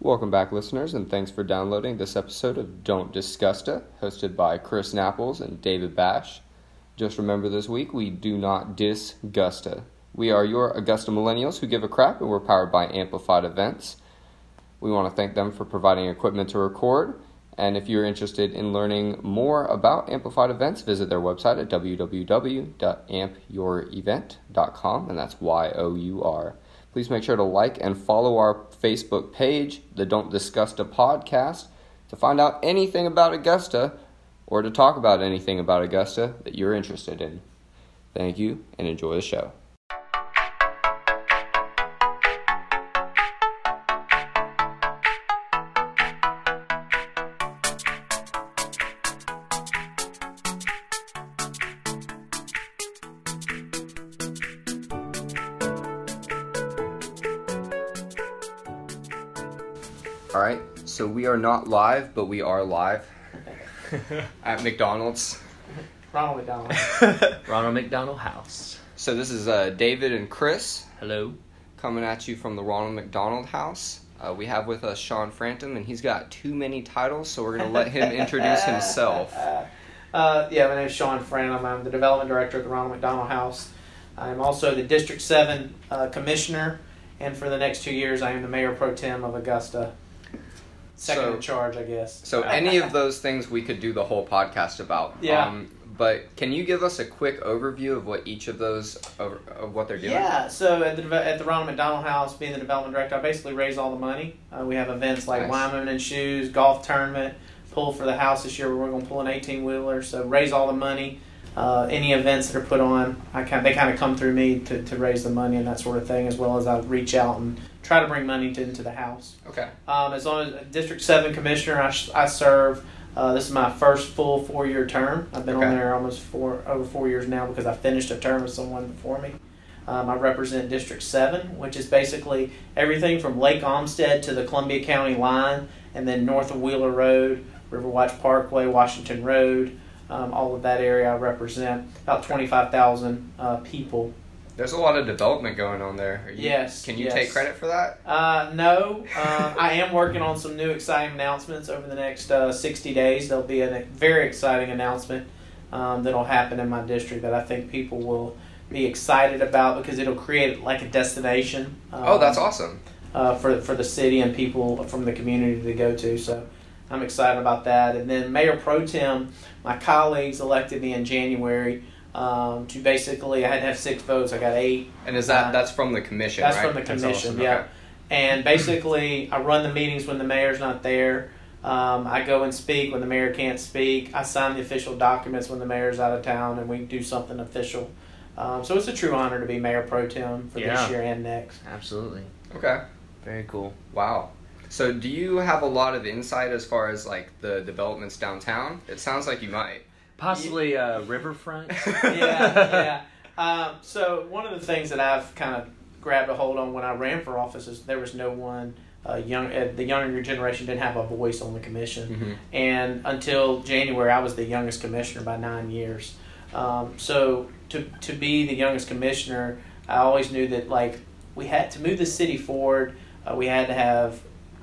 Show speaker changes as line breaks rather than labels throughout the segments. Welcome back, listeners, and thanks for downloading this episode of Don't Disgusta, hosted by Chris Napples and David Bash. Just remember this week, we do not dis Gusta. We are your Augusta Millennials who give a crap, and we're powered by Amplified Events. We want to thank them for providing equipment to record. And if you're interested in learning more about Amplified Events, visit their website at www.ampyourevent.com, and that's Y O U R. Please make sure to like and follow our Facebook page, the Don't Discuss a Podcast, to find out anything about Augusta or to talk about anything about Augusta that you're interested in. Thank you and enjoy the show. All right, so we are not live, but we are live at McDonald's.
Ronald McDonald.
Ronald McDonald House.
So this is uh, David and Chris
Hello.
coming at you from the Ronald McDonald House. Uh, we have with us Sean Frantum, and he's got too many titles, so we're going to let him introduce himself.
Uh, yeah, my name is Sean Franum. I'm the development director at the Ronald McDonald House. I'm also the District 7 uh, commissioner, and for the next two years, I am the mayor pro tem of Augusta. Second
So-
in charge, I guess.
So any of those things we could do the whole podcast about.
Yeah.
Um, but can you give us a quick overview of what each of those of, of what they're doing?
Yeah, so at the, deve- at the Ronald McDonald House, being the development director, I basically raise all the money. Uh, we have events like
Nice.
Wyman and Shoes, golf tournament, pull for the house this year. We're going to pull an 18 wheeler, so raise all the money. Uh, any events that are put on, I kind they kind of come through me to, to raise the money and that sort of thing, as well as I reach out and try to bring money to, into the house.
Okay.
Um, as long as District 7 Commissioner, I, s- I serve. Uh, this is my first full four year term. I've been on
Okay.
there almost four over four years now because I finished a term with someone before me. Um, I represent District 7, which is basically everything from Lake Olmsted to the Columbia County line, and then north of Wheeler Road, Riverwatch Parkway, Washington Road, um, all of that area I represent. About 25,000 uh, people
There's a lot of development going on there. Are you-
Yes,
Can you
yes.
take credit for that?
Uh, no, um, I am working on some new exciting announcements over the next uh, 60 days. There'll be a very exciting announcement um, that'll happen in my district that I think people will be excited about because it'll create like a destination. Um,
oh, that's awesome.
uh, for for the city and people from the community to go to. So I'm excited about that. And then Mayor Pro Tem, my colleagues elected me in January um, to basically I had to have six votes. I got eight.
And is that
uh,
that's from the commission?
that's
right?
from the commission,
awesome.
yeah.
Okay.
and basically I run the meetings when the mayor's not there. Um, I go and speak when the mayor can't speak. I sign the official documents when the mayor's out of town, and we do something official. Um, so it's a true honor to be mayor pro tem for
Yeah.
this year and next.
Absolutely.
Okay.
Very cool.
Wow. So do you have a lot of insight as far as like the developments downtown? It sounds like you might.
Possibly uh, riverfront.
yeah, yeah. Um, so one of the things that I've kind of grabbed a hold on when I ran for office is there was no one uh, young. Uh, the younger generation didn't have a voice on the commission,
Mhm.
and until January, I was the youngest commissioner by nine years. Um, so to to be the youngest commissioner, I always knew that like we had to move the city forward. Uh, we had to have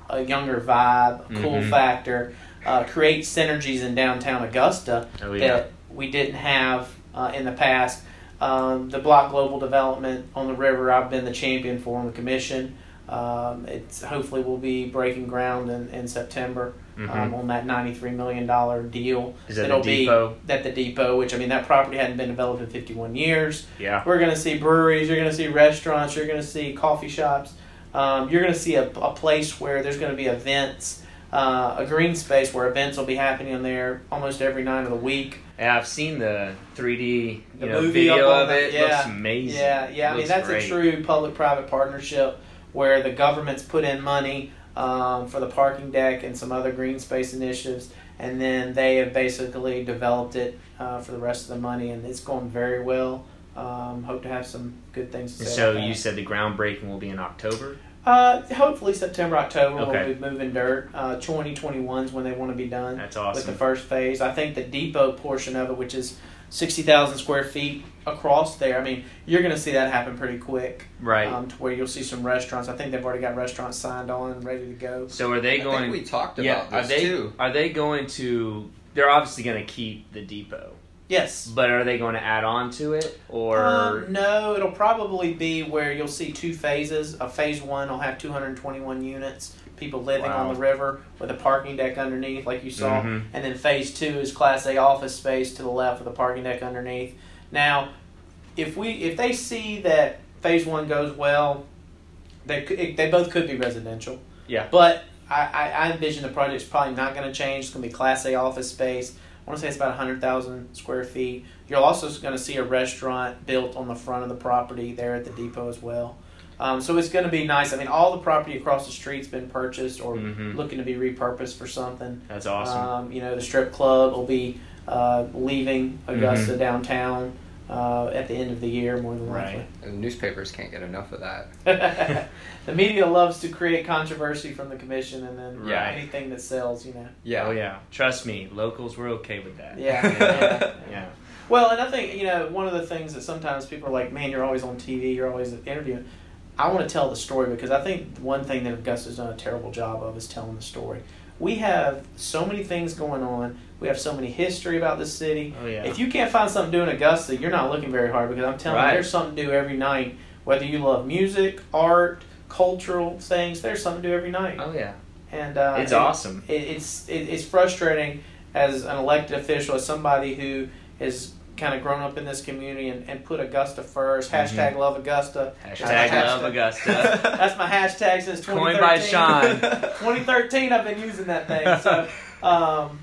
a younger vibe, a cool
Mhm.
factor, uh, create synergies in downtown Augusta
Oh
that we didn't have uh, in the past. Um, the block global development on the river, I've been the champion for on the commission. Um, it's hopefully will be breaking ground in, in September um, on that ninety-three million dollar deal
Mm-hmm. Is that
It'll
a
be-
depot?
at the depot. Which I mean, that property hadn't been developed in fifty-one years.
Yeah.
We're gonna see breweries, you're gonna see restaurants, you're gonna see coffee shops, um, you're gonna see a, a place where there's gonna be events, uh, a green space where events will be happening in there almost every night of the week.
And I've seen the 3D you
The
know,
movie
video
up on
of
the-
it.
yeah.
Looks amazing.
Yeah, yeah. I mean,
Looks
that's
great.
a true public-private partnership where the government's put in money um, for the parking deck and some other green space initiatives, and then they have basically developed it uh, for the rest of the money, and it's going very well. Um, hope to have some good things to
And
say.
so
about
you
that.
said the groundbreaking will be in October.
uh, hopefully September, October,
Okay.
we'll be moving dirt. Uh, 2021 is when they want to be done
That's
with the
awesome.
first phase. I think the depot portion of it, which is sixty thousand square feet across there. I mean, you're going to see that happen pretty quick.
Right.
Um, to where you'll see some restaurants. I think they've already got restaurants signed on, and ready to go.
so are they
I
going?
think we talked about
yeah.
this
are they?
too.
Are they going to? They're obviously going to keep the depot,
Yes.
but are they going to add on to it or?
Um, no, it'll probably be where you'll see two phases. A phase one will have 221 units, people living
Wow.
on the river with a parking deck underneath, like you saw.
Mhm.
And then phase two is Class A office space to the left with a parking deck underneath. Now, if we if they see that phase one goes well, they could, it, they both could be residential.
Yeah.
But I, I, I envision the project's probably not going to change. It's going to be Class A office space. I want to say it's about 100,000 square feet. You're also going to see a restaurant built on the front of the property there at the depot as well. Um, so it's going to be nice. I mean, all the property across the street's been purchased or
Mhm.
looking to be repurposed for something.
That's awesome.
Um, you know, the strip club will be uh, leaving Augusta downtown uh, at the end of the year, more than likely.
And the newspapers can't get enough of that.
the media loves to create controversy from the commission, and then
Yeah.
anything that sells, you know.
Yeah.
Oh yeah. Trust me, locals were okay with that.
Yeah, yeah.
Yeah.
Well, and I think you know one of the things that sometimes people are like, "Man, you're always on TV, you're always interviewing." I want to tell the story because I think one thing that Augusta's done a terrible job of is telling the story. We have so many things going on. We have so many history about the city.
Oh yeah.
If you can't find something to do in Augusta, you're not looking very hard because I'm telling
Right.
you, there's something to do every night. Whether you love music, art, cultural things, there's something to do every night.
oh yeah.
And uh,
it's
it-
awesome.
It, it's it, it's frustrating as an elected official, as somebody who has kind of grown up in this community and, and put Augusta first. Hashtag love Augusta.
Mm-hmm. Hashtag love Augusta.
That's my hashtag since 2013.
Coined by Sean.
2013 I've been using that thing. So, um,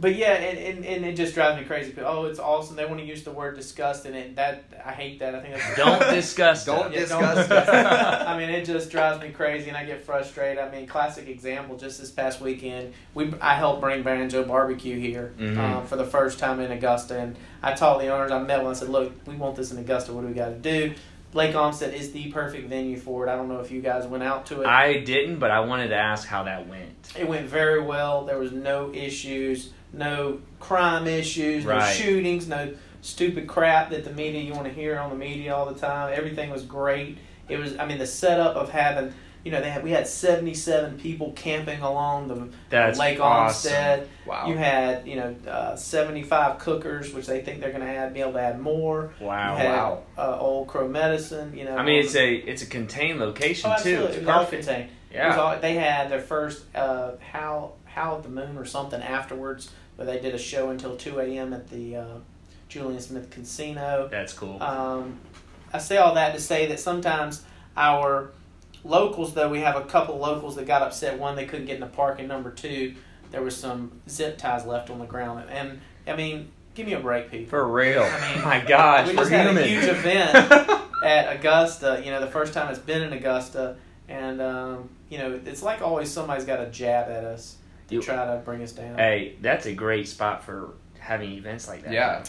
but yeah, and, and, and it just drives me crazy. But, oh, it's awesome. They want to use the word disgust, and it, that I hate that. I think that's
Don't discuss.
Don't
Yeah, don't-
disgust.
I mean, it just drives me crazy, and I get frustrated. I mean, classic example. Just this past weekend, we I helped bring Van and Joe Barbecue here
Mhm.
um, for the first time in Augusta, and I told the owners I met one. I said, "Look, we want this in Augusta. What do we got to do?" Lake Olmsted is the perfect venue for it. I don't know if you guys went out to it.
I didn't, but I wanted to ask how that went.
It went very well. There was no issues, no crime issues, no
Right.
shootings, no stupid crap that the media you want to hear on the media all the time. Everything was great. It was I mean the setup of having you know they had we had 77 people camping along the
That's
Lake
awesome.
Olmsted.
Wow.
You had you know uh, 75 cookers, which they think they're going to add be able to add more.
Wow.
you had
wow.
uh, Old Crow Medicine. You know
I mean, it's a it's a contained location
oh,
too.
absolutely.
It's
It was all
perfect.
contained. It was
Yeah.
all, they had their first uh, how how at the moon or something afterwards, where they did a show until two a.m. at the uh, Julian Smith Casino.
That's cool.
Um, I say all that to say that sometimes our locals, though we have a couple locals that got upset. One, they couldn't get in the park, and number two, there was some zip ties left on the ground. And I mean, give me a break, people.
For real.
I mean,
My gosh,
we
we're
just had
human.
a huge event at Augusta. You know, the first time it's been in Augusta, and um, you know, it's like always somebody's got a jab at us to
You-
try to bring us down.
hey, that's a great spot for having events like that.
Yeah.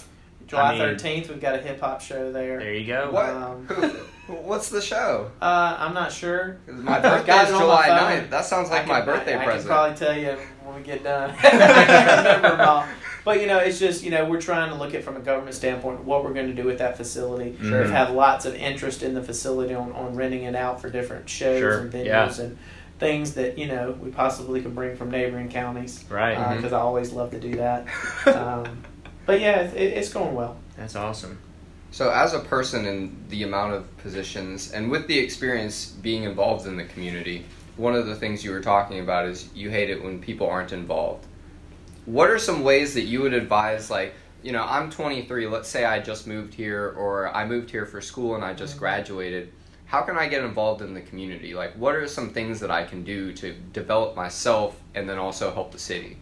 July
I mean-
thirteenth, we've got a hip hop show there.
There you go.
What?
Um,
Who- What's the show?
Uh, I'm not sure.
'Cause My
I've got
birthday is
it on my
July
phone.
9th. That sounds
I
like
can-
my birthday
I,
present.
I can probably tell you when we get done. I can't remember them all. But you know, it's just you know we're trying to look at from a government standpoint what we're going to do with that facility.
Sure.
We've had lots of interest in the facility on, on renting it out for different shows
Sure,
and venues
yeah.
and things that you know we possibly can bring from neighboring counties
Right.
because Uh, I always love to do that. Um, but yeah, it, it, it's going well.
That's awesome.
So, as a person in the amount of positions and with the experience being involved in the community, one of the things you were talking about is you hate it when people aren't involved. What are some ways that you would advise, like, you know, I'm 23, let's say I just moved here, or I moved here for school and I just
Mm-hmm.
graduated. How can I get involved in the community? Like, what are some things that I can do to develop myself and then also help the city?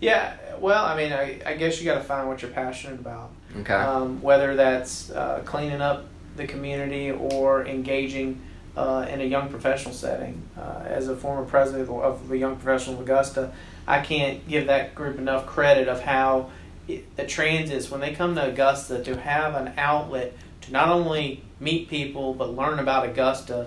Yeah, well, I mean, I, I guess you got to find what you're passionate about.
Okay.
um, whether that's uh, cleaning up the community or engaging uh, in a young professional setting. Uh, as a former president of the Young Professional of Augusta, I can't give that group enough credit of how it, the transits, when they come to Augusta, to have an outlet to not only meet people but learn about Augusta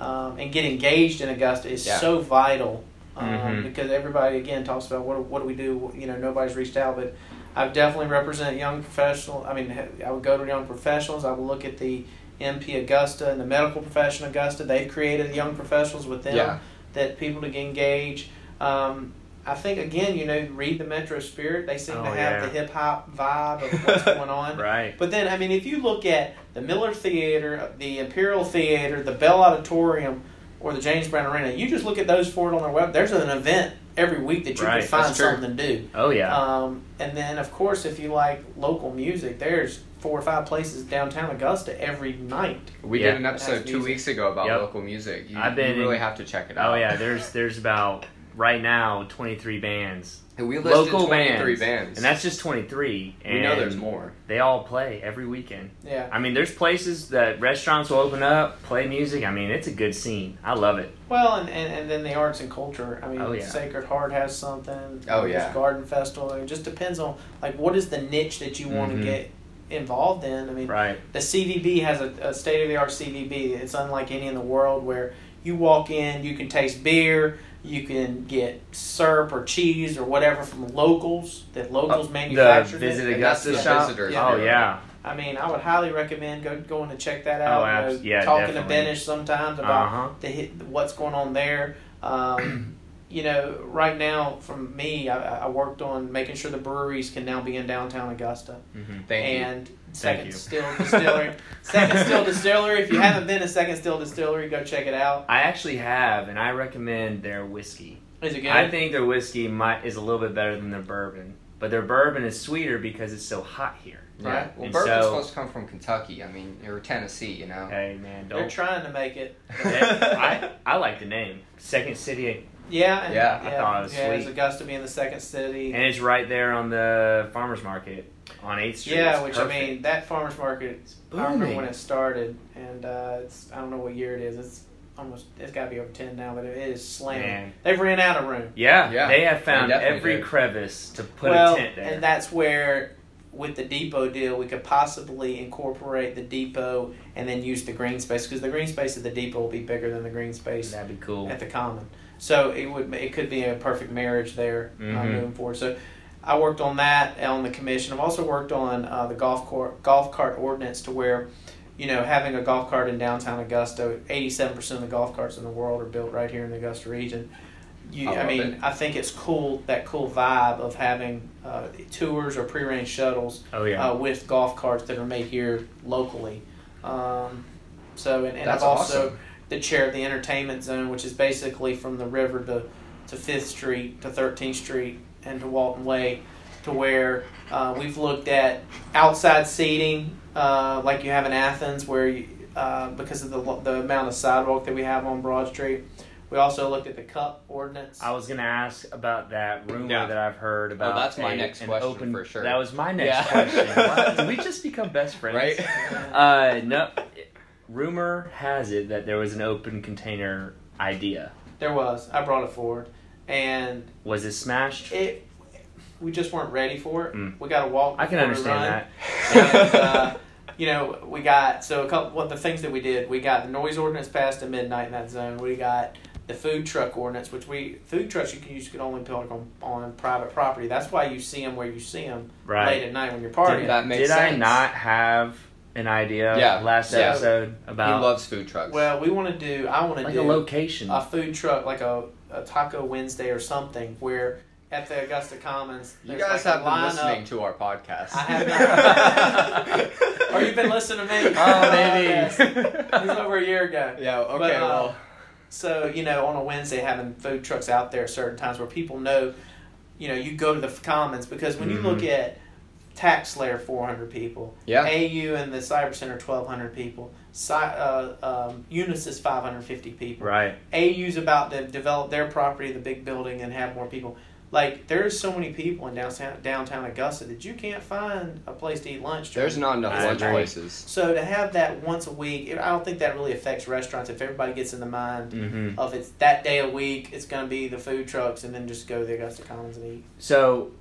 um, and get engaged in Augusta is
Yeah.
so vital. Um,
Mhm.
Because everybody again talks about what what do we do? You know, nobody's reached out, but I've definitely represented young professional. I mean, I would go to young professionals. I would look at the MP Augusta and the medical profession Augusta. They've created young professionals within
Yeah.
that people to engage. Um, I think again, you know, read the Metro Spirit. They seem
Oh,
to have
yeah.
the hip hop vibe of what's going on.
Right.
But then, I mean, if you look at the Miller Theater, uh, the Imperial Theater, the Bell Auditorium, or the James Brown Arena, you just look at those four on their web. There's an event every week that you
Right,
can find
that's true.
something to do.
Oh yeah.
Um, and then, of course, if you like local music, there's four or five places downtown Augusta every night.
We
Yeah.
did an
It has
episode two
music.
weeks ago about
Yep.
local music. You,
I've been
you really
in-
have to check it out.
oh yeah. There's there's about right now 23 bands.
And we listed
Local
23
bands.
bands.
And that's just 23. And
we know there's more.
They all play every weekend.
Yeah.
I mean, there's places that restaurants will open up, play music. I mean, it's a good scene. I love it.
Well, and, and, and then the arts and culture. I mean,
Oh, yeah.
Sacred Heart has something.
Oh,
There's
yeah.
Garden Festival. It just depends on, like, what is the niche that you want
Mhm.
to get involved in. I mean,
Right.
the CVB has a, a state of the art CVB. It's unlike any in the world where you walk in, you can taste beer, you can get syrup or cheese or whatever from locals that locals
Uh, the
manufacture.
Visit
And that's
Augusta
the
shop.
visitors
Oh
area.
yeah.
I mean, I would highly recommend go, going to check that
Oh,
out. you
abs-
know,
yeah,
talking
definitely.
to Benish sometimes about
Uh huh.
the hit, what's going on there. Um, you know, right now, from me, I, I worked on making sure the breweries can now be in downtown Augusta
Mhm.
Thank you.
and Second
you.
Still Distillery. Second Still Distillery. If you haven't been to Second Still Distillery, go check it out.
I actually have, and I recommend their whiskey.
Is it good?
I think their whiskey might is a little bit better than their bourbon, but their bourbon is sweeter because it's so hot here.
Yeah.
Right.
Well,
And
bourbon's
so-
supposed to come from Kentucky. I mean, or Tennessee. You know.
Hey man,
They're
don't.
trying to make it.
I I like the name Second City,
Yeah. And,
Yeah,
I thought it was
yeah, it's
sweet.
Augusta being the second city.
and it's right there on the farmers market on Eighth Street.
yeah,
It's
which I
perfect.
mean, that farmers market. I remember
booming.
when it started, and uh, it's I don't know what year it is. It's almost it's got to be over ten now, but it is slammed.
Man.
They've ran out of room.
Yeah,
Yeah,
they have found
they definitely
every
do.
crevice to put
well,
a tent there.
and that's where with the depot deal, we could possibly incorporate the depot and then use the green space because the green space at the depot will be bigger than the green space
That'd be cool.
at the common. So it would it could be a perfect marriage there uh,
Mm-hmm.
Mhm.
moving forward. So I worked on that on the commission. I've also worked on uh, the golf court golf cart ordinance to where you know having a golf cart in downtown Augusta, eighty seven percent of the golf carts in the world are built right here in the Augusta region. You,
I
I,
love
mean,
it.
I think it's cool that cool vibe of having uh, tours or pre-range shuttles
Oh yeah.
uh, with golf carts that are made here locally. Um, so and, and
That's
I've also
awesome.
the chair of the entertainment zone, which is basically from the river to, to Fifth Street to Thirteenth Street and to Walton Way, to where uh, we've looked at outside seating, uh, like you have in Athens, where you, uh, because of the lo- the amount of sidewalk that we have on Broad Street, we also looked at the cup ordinance.
I was gonna ask about that rumor
Yeah. Oh,
that I've heard about.
that's my
a-
next
an
question
open,
for sure.
That was my next
Yeah.
question. Why- Did we just become best friends?
Right.
Uh, no. Rumor has it that there was an open container idea.
there was. I brought it forward, and
Was it smashed?
it we just weren't ready for it.
Mm.
We got to walk.
I can
before we
understand
run.
that.
and, uh, you know, we got so a couple. What the things that we did, we got the noise ordinance passed at midnight in that zone. We got the food truck ordinance, which we food trucks you can use could only park on, on private property. That's why you see them where you see them late
Right.
at night when you're
Did
partying.
that make
Did I
sense?
not have an idea
Yeah.
last
Yeah.
episode
He
about
loves food trucks.
Well, we want to do. I want to
like
do
a location?
Uh,
a food truck, like a, a Taco Wednesday or something, where at the Augusta Commons.
you
there's
guys
like
have
a
been
lineup.
listening to our podcast.
I have Or you've been listening to me.
oh,
yes. It was
maybe.
over a year ago.
Yeah. Okay.
But, uh,
well.
So you know, on a Wednesday, having food trucks out there at certain times where people know, you know, you go to the commons because when you look at Tax Slayer, four hundred people,
Mm-hmm. Yeah.
AU and the Cyber Center, twelve hundred people, Cy- uh, um, Unisys, five hundred fifty people.
right.
AU's about to develop their property, the big building, and have more people. Like there's so many people in downtown downtown Augusta that you can't find a place to eat lunch. during
There's not enough
I
lunch
agree.
places.
so to have that once a week, it- I don't think that really affects restaurants. If everybody gets in the mind
Mm-hmm.
of it's that day a week, it's going to be the food trucks, and then just go to the Augusta Commons and eat.
So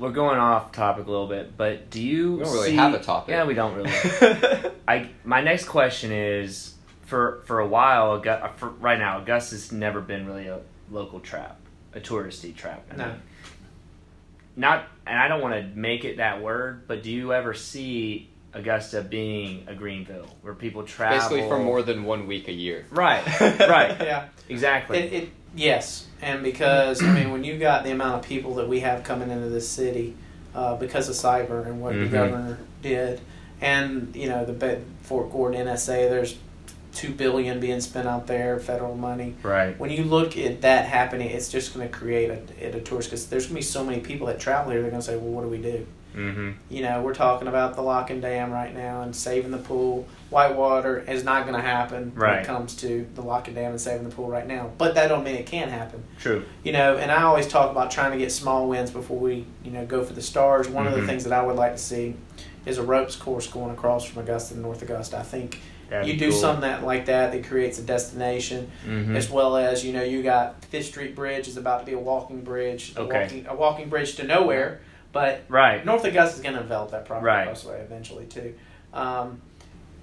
we're going off topic a little bit, but do you
We don't really
see-
have a topic.
Yeah, we don't really. I my next question is for for a while Augu- uh, for right now Augusta's never been really a local trap, a touristy trap. I
No.
mean. not and I don't want to make it that word, but do you ever see Augusta being a Greenville where people travel
Basically, for more than one week a year.
Right, right,
yeah.
exactly.
It, it yes, and because I mean, when you got the amount of people that we have coming into this city uh, because of cyber and what
Mhm.
the governor did, and you know the Be- Fort Gordon NSA, there's two billion being spent out there, federal money.
right.
When you look at that happening, it's just going to create a, a tourist because there's going to be so many people that travel here. They're going to say, "Well, what do we do?"
Mm-hmm.
You know, we're talking about the lock and dam right now and saving the pool. Whitewater is not going to happen when
Right.
it comes to the lock and dam and saving the pool right now. But that don't mean it can happen.
True.
You know, and I always talk about trying to get small wins before we, you know, go for the stars. One of
Mhm.
the things that I would like to see is a ropes course going across from Augusta to North Augusta. I think
That'd
you
be
do
cool.
something that like that that creates a destination
Mhm.
as well as you know you got Fifth Street Bridge is about to be a walking bridge, a,
Okay.
walking, a walking bridge to nowhere. But
Right.
North Augusta is going to develop that property
Right.
across the way eventually too. Um,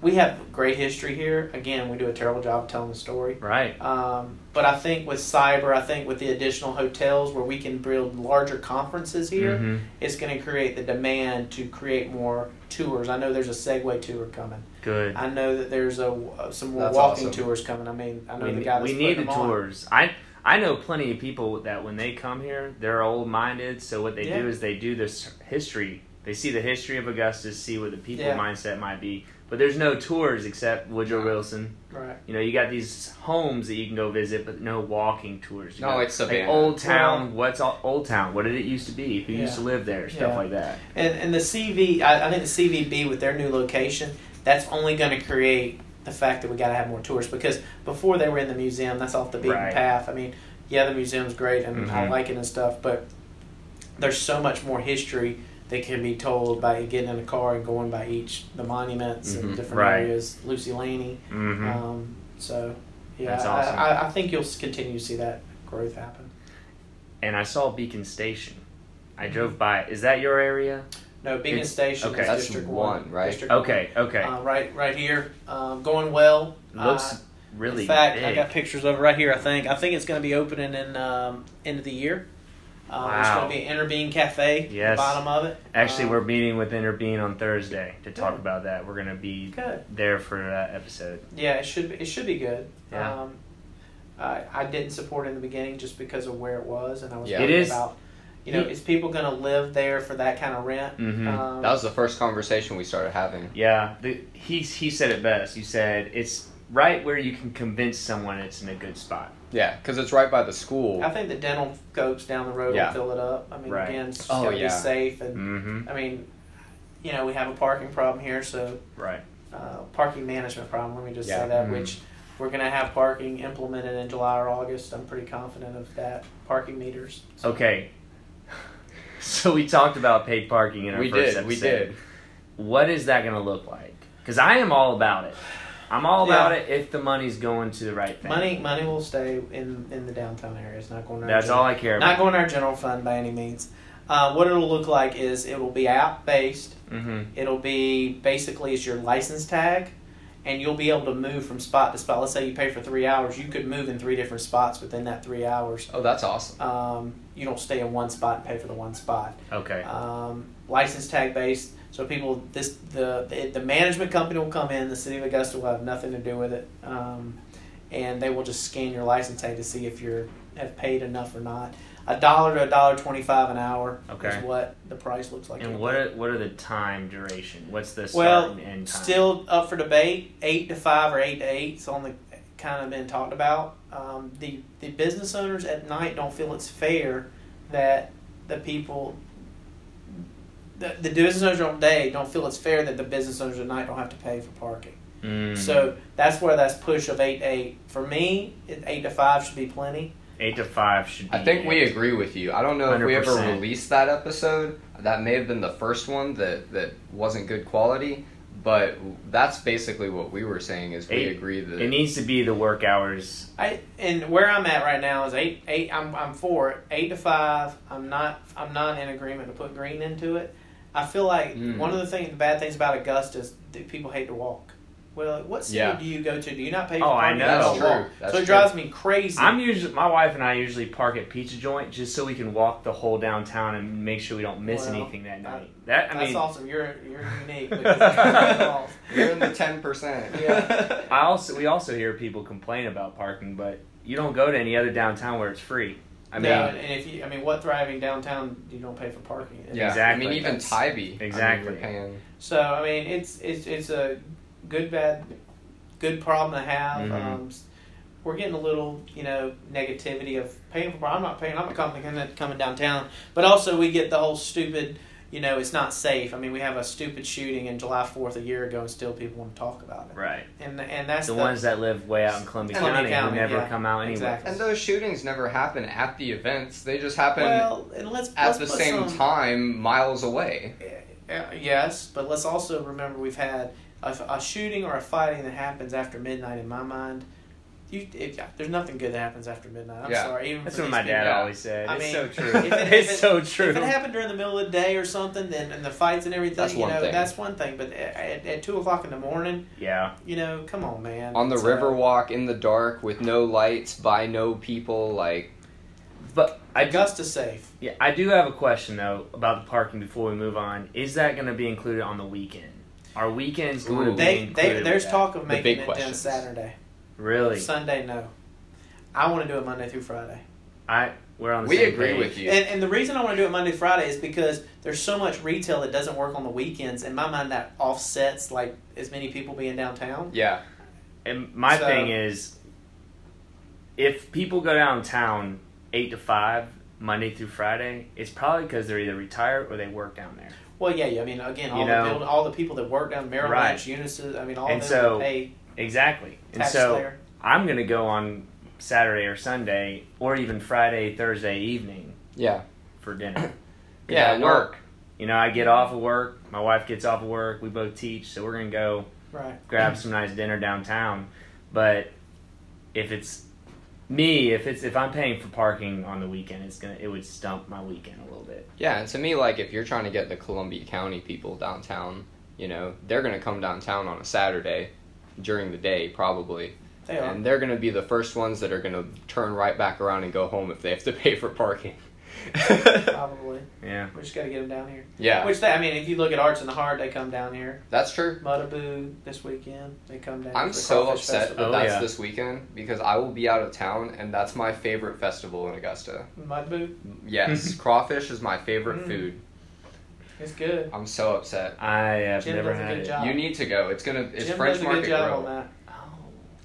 we have great history here. Again, we do a terrible job of telling the story.
Right.
Um, but I think with cyber, I think with the additional hotels where we can build larger conferences here,
Mhm.
it's going to create the demand to create more tours. I know there's a Segway tour coming.
Good.
I know that there's a uh, some more
That's
walking
awesome.
tours coming. I mean, I know
we
the guy. That's
we need
putting
the
them on.
tours. I I know plenty of people that when they come here, they're old minded. So what they
Yeah.
do is they do this history. They see the history of Augusta, see what the people
Yeah.
mindset might be. But there's no tours except Woodrow Wilson.
Right.
You know, you got these homes that you can go visit, but no walking tours. You
Not
got,
like Savannah.
Old Town. what's o- Old Town? What did it used to be? Who used
Yeah.
to live there? Stuff
Yeah.
like that.
And and the CV, I, I think the CVB with their new location, that's only going to create the fact that we got to have more tourists because before they were in the museum, that's off the beaten
Right.
path. I mean, yeah, the museum's great and I
Mhm.
like it and stuff, but there's so much more history that can be told by getting in a car and going by each the monuments
Mhm.
and different
Mm-hmm. Right.
areas. Lucy Laney.
Mm-hmm.
Um, so yeah,
That's
I-
awesome.
I, I think you'll s- continue to see that growth happen.
and I saw Beacon Station. I drove by. Is that your area?
No, Beacon
It's-
Station
okay.
is
That's
District
one, right?
District one.
Okay. Okay.
Uh, right, right here. Um, going well.
Looks
Uh,
really
in fact,
big.
I got pictures of it right here. I think. I think it's going to be opening in um, end of the year. Um, It's
Wow.
going to be an Interbean Cafe. at
Yes.
The bottom of it.
Actually,
Um,
we're meeting with Interbean on Thursday to talk
Good.
about that. We're gonna be
good.
there for that episode.
Yeah, it should be. It should be good.
Yeah.
Um, I, I didn't support it in the beginning just because of where it was, and I was
Yeah.
worried
It is-
about. You know,
Ye-
is people going to live there for that kind of rent?
Mhm.
Um,
That was the first conversation we started having.
Yeah, the, he he said it best. You said it's right where you can convince someone it's in a good spot.
Yeah, because it's right by the school.
I think the dental folks down the road
Yeah.
will fill it up. I mean,
Right.
again, it's just
Oh,
got to
yeah.
be safe and
Mm-hmm.
I mean, you know, we have a parking problem here, so
Right.
uh, parking management problem. Let me just
Yeah.
say that,
Mhm.
which we're going to have parking implemented in July or August. I'm pretty confident of that. Parking meters.
Okay. so we talked about paid parking in our
we
first
did,
episode.
we did.
What is that gonna look like? Because I am all about it. I'm all
Yeah.
about it if the money's going to the right thing.
Money, money will stay in in the downtown area. It's not going. To our
That's
general-
all I care
Not
about.
going to our general fund by any means. Uh, what it'll look like is it will be app based.
mm-hmm.
It'll be basically it's your license tag, and you'll be able to move from spot to spot. Let's say you pay for three hours, you could move in three different spots within that three hours.
Oh, that's awesome.
um, you don't stay in one spot and pay for the one spot.
Okay.
Um, license tag based, so people this the, the the management company will come in. The city of Augusta will have nothing to do with it, um, and they will just scan your license tag to see if you're have paid enough or not. A dollar to a dollar twenty five an hour
Okay.
is what the price looks like.
And what are, what are the time duration? What's the start
Well,
and end time?
Still up for debate. Eight to five or eight to eight. It's on the kind of been talked about. Um, the the business owners at night don't feel it's fair that the people. The, the business owners on day don't feel it's fair that the business owners at night don't have to pay for parking.
Mm.
So that's where that's push of eight to eight. For me, it- eight to five should be plenty.
eight to five should. Be
I think we
it.
agree with you. I don't know if we ever
100%.
released that episode. That may have been the first one that, that wasn't good quality, but that's basically what we were saying is we
Eight-
agree that
It needs to be the work hours.
I and where I'm at right now is eight eight. I'm I'm for it. Eight to five. I'm not I'm not in agreement to put green into it. I feel like
Mm.
Mm-hmm.
one of the things the bad things about Augusta is that people hate to walk. Well, what city
Yeah.
do you go to? Do you not pay? For
Oh, I
parking?
know.
You
That's
don't
true.
walk.
That's
so it
true.
drives me crazy.
I'm usually my wife and I usually park at Pizza Joint just so we can walk the whole downtown and make sure we don't miss
Well,
anything that
I-
night. that I
That's
mean,
awesome. You're you're unique. because it's false.
You're in the ten percent.
Yeah.
I also we also hear people complain about parking, but you don't go to any other downtown where it's free. I mean,
no, and if you, I mean, what thriving downtown you don't pay for parking?
Yeah.
Exactly.
I mean, even
That's-
Tybee. I mean,
exactly.
you're paying-
So I mean, it's it's it's a good bad, good problem to have.
Mhm.
Um, s- we're getting a little you know negativity of paying for. I'm not paying. I'm not coming coming- coming downtown. But also we get the whole stupid. You know, it's not safe. I mean, we have a stupid shooting in July Fourth a year ago, and still people want to talk about it.
right.
And and that's
The, ones that live way out in Columbia
Columbia
County,
County,
who never
yeah.
come out anyway.
Exactly.
And those shootings never happen at the events. They just happen
well, and let's
at
let's
the
put
same
some-
time, miles away.
Uh, yes, but let's also remember we've had a, a shooting or a fighting that happens after midnight. In my mind, you it, there's nothing good that happens after midnight. I'm
Yeah.
sorry, even
That's
for
what
these
my
people.
dad
people-
always said.
I
it's
mean,
so true.
if it- if it-
it's so
If it
true.
happened during the middle of the day or something, then and the fights and everything,
That's
you
one
know,
thing.
that's one thing. But at, at two o'clock in the morning,
Yeah.
you know, come on, man.
On the
It's, uh,
river walk in the dark with no lights, by no people, like
But I do,
Augusta's safe.
yeah, I do have a question though about the parking before we move on. Is that going to be included on the weekend? Are weekends going to
Ooh.
be
They,
included?
they,
with
there's
that?
talk of
The
making
big
it done
questions.
Saturday.
Really,
Sunday, no. I want to do it Monday through Friday.
I we're on the
we
same
agree
page.
with you.
And, and the reason I want to do it Monday, Friday is because there's so much retail that doesn't work on the weekends. In my mind, that offsets like as many people being downtown.
yeah,
And my
So-
thing is, if people go downtown eight to five Monday through Friday, it's probably because they're either retired or they work down there.
Well, yeah, yeah. I mean, again, all
You
the
know-
build, all the people that work down Merrill
Right.
Lynch, Unisys. I mean, all
And
of them
so-
pay
Exactly. And
taxes
so
there.
I'm gonna go on Saturday or Sunday or even Friday, Thursday evening
yeah,
for dinner.
Yeah,
I
no.
work. You know, I get off of work. My wife gets off of work. We both teach, so we're gonna go
Right.
grab some nice dinner downtown. But if it's me, if it's if I'm paying for parking on the weekend, it's gonna it would stump my weekend a little bit.
yeah. And to me, like if you're trying to get the Columbia County people downtown, you know, they're gonna come downtown on a Saturday during the day probably,
They are.
and they're gonna be the first ones that are gonna turn right back around and go home if they have to pay for parking.
Probably.
Yeah.
We just got to get them down here.
yeah,
Which, they, I mean, if you look at Arts in the Heart, they come down here.
that's true.
Mudaboo this weekend, they come down.
I'm
for
so
Crawfish
upset that
Festival.
Oh,
that's
yeah.
this weekend because I will be out of town, and that's my favorite festival in Augusta.
Mudaboo
Yes, crawfish is my favorite
Mm.
food.
is good.
I'm so upset.
I have
Jim
never
does a
had
good
it.
job.
You need to go. It's gonna. It's
Jim
French
does a
Market
good job
Grill.
on that.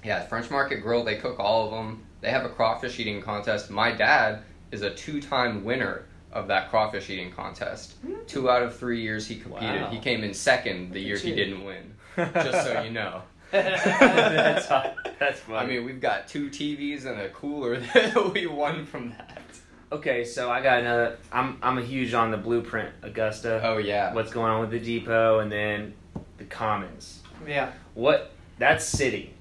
Yeah, French Market Grill. They cook all of them. They have a crawfish eating contest. My dad is a two-time winner of that crawfish eating contest. Two out of three years he competed.
Wow.
He came in second the
Mm. Look
year
at
he
you.
didn't win. Just so you know.
that's that's funny.
I mean, we've got two TVs and a cooler that we won from that.
okay, so I got another. I'm I'm a huge on the blueprint Augusta.
Oh yeah.
What's going on with the depot and then the Commons?
Yeah,
What? That's city.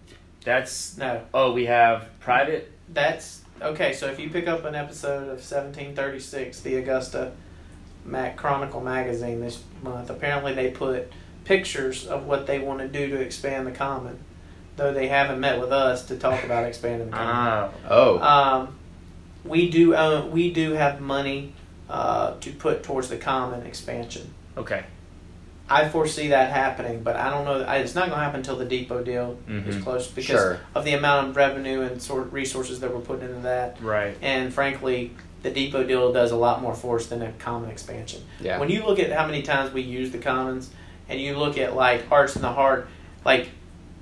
That's
no.
oh we have private.
That's okay. So if you pick up an episode of 1736, the Augusta Mac Chronicle magazine this month, apparently they put pictures of what they want to do to expand the common, though they haven't met with us to talk about expanding the common.
Oh,
Oh.
Um, we do own, we do have money uh, to put towards the common expansion.
okay.
I foresee that happening, but I don't know. I- It's not going to happen until the depot deal is
Mhm.
closed because
Sure.
of the amount of revenue and sort of resources that we're putting into that.
Right.
And frankly, the depot deal does a lot more for us than a common expansion.
Yeah.
When you look at how many times we use the commons and you look at like Arts in the Heart, like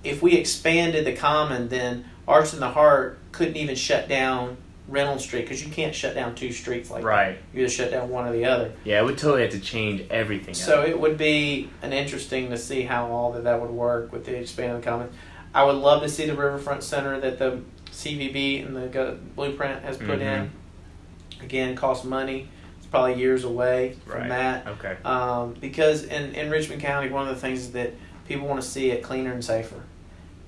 if we expanded the common, then Arts in the Heart couldn't even shut down Reynolds Street because you can't shut down two streets like that.
Right.
You either shut down one or the other.
Yeah, we totally have to change everything.
So
up.
it would be an interesting to see how all that that would work with the expanded common. I would love to see the riverfront center that the CVB and the go- blueprint has put
Mhm.
in. Again, costs money. It's probably years away from
Right.
that.
okay.
Um, because in, in Richmond County, one of the things is that people want to see it cleaner and safer.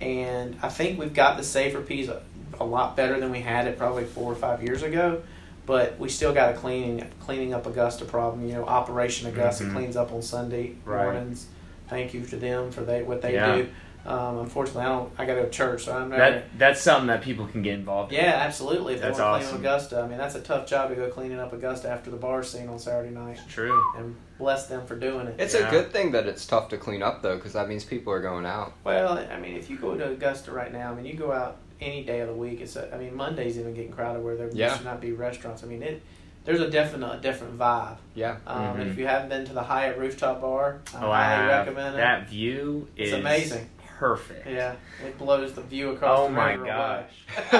And I think we've got the safer piece a, a lot better than we had it probably four or five years ago. But we still got a cleaning cleaning up Augusta problem. You know, Operation Augusta
Mhm.
cleans up on Sunday
Right.
mornings. Thank you to them for they what they
Yeah.
do. Um, unfortunately, I don't. I got to go to church, so I'm never.
That that's something that people can get involved. in.
yeah, absolutely. If
That's
they want to
awesome.
clean up Augusta, I mean that's a tough job to go cleaning up Augusta after the bar scene on Saturday night,
It's true.
and bless them for doing it.
It's
Yeah.
a good thing that it's tough to clean up though, because that means people are going out.
Well, I mean, if you go to Augusta right now, I mean, you go out any day of the week. It's a, I mean, Monday's even getting crowded where there
Yeah.
should not be restaurants. I mean, it there's a definite a different vibe.
Yeah.
Um, And if you haven't been to the Hyatt Rooftop Bar, I
Mm-hmm. Oh, I
highly
have.
recommend it.
that view
It's
is
amazing.
Perfect.
Yeah, it blows the view across.
Oh
the
my
river away.
gosh. I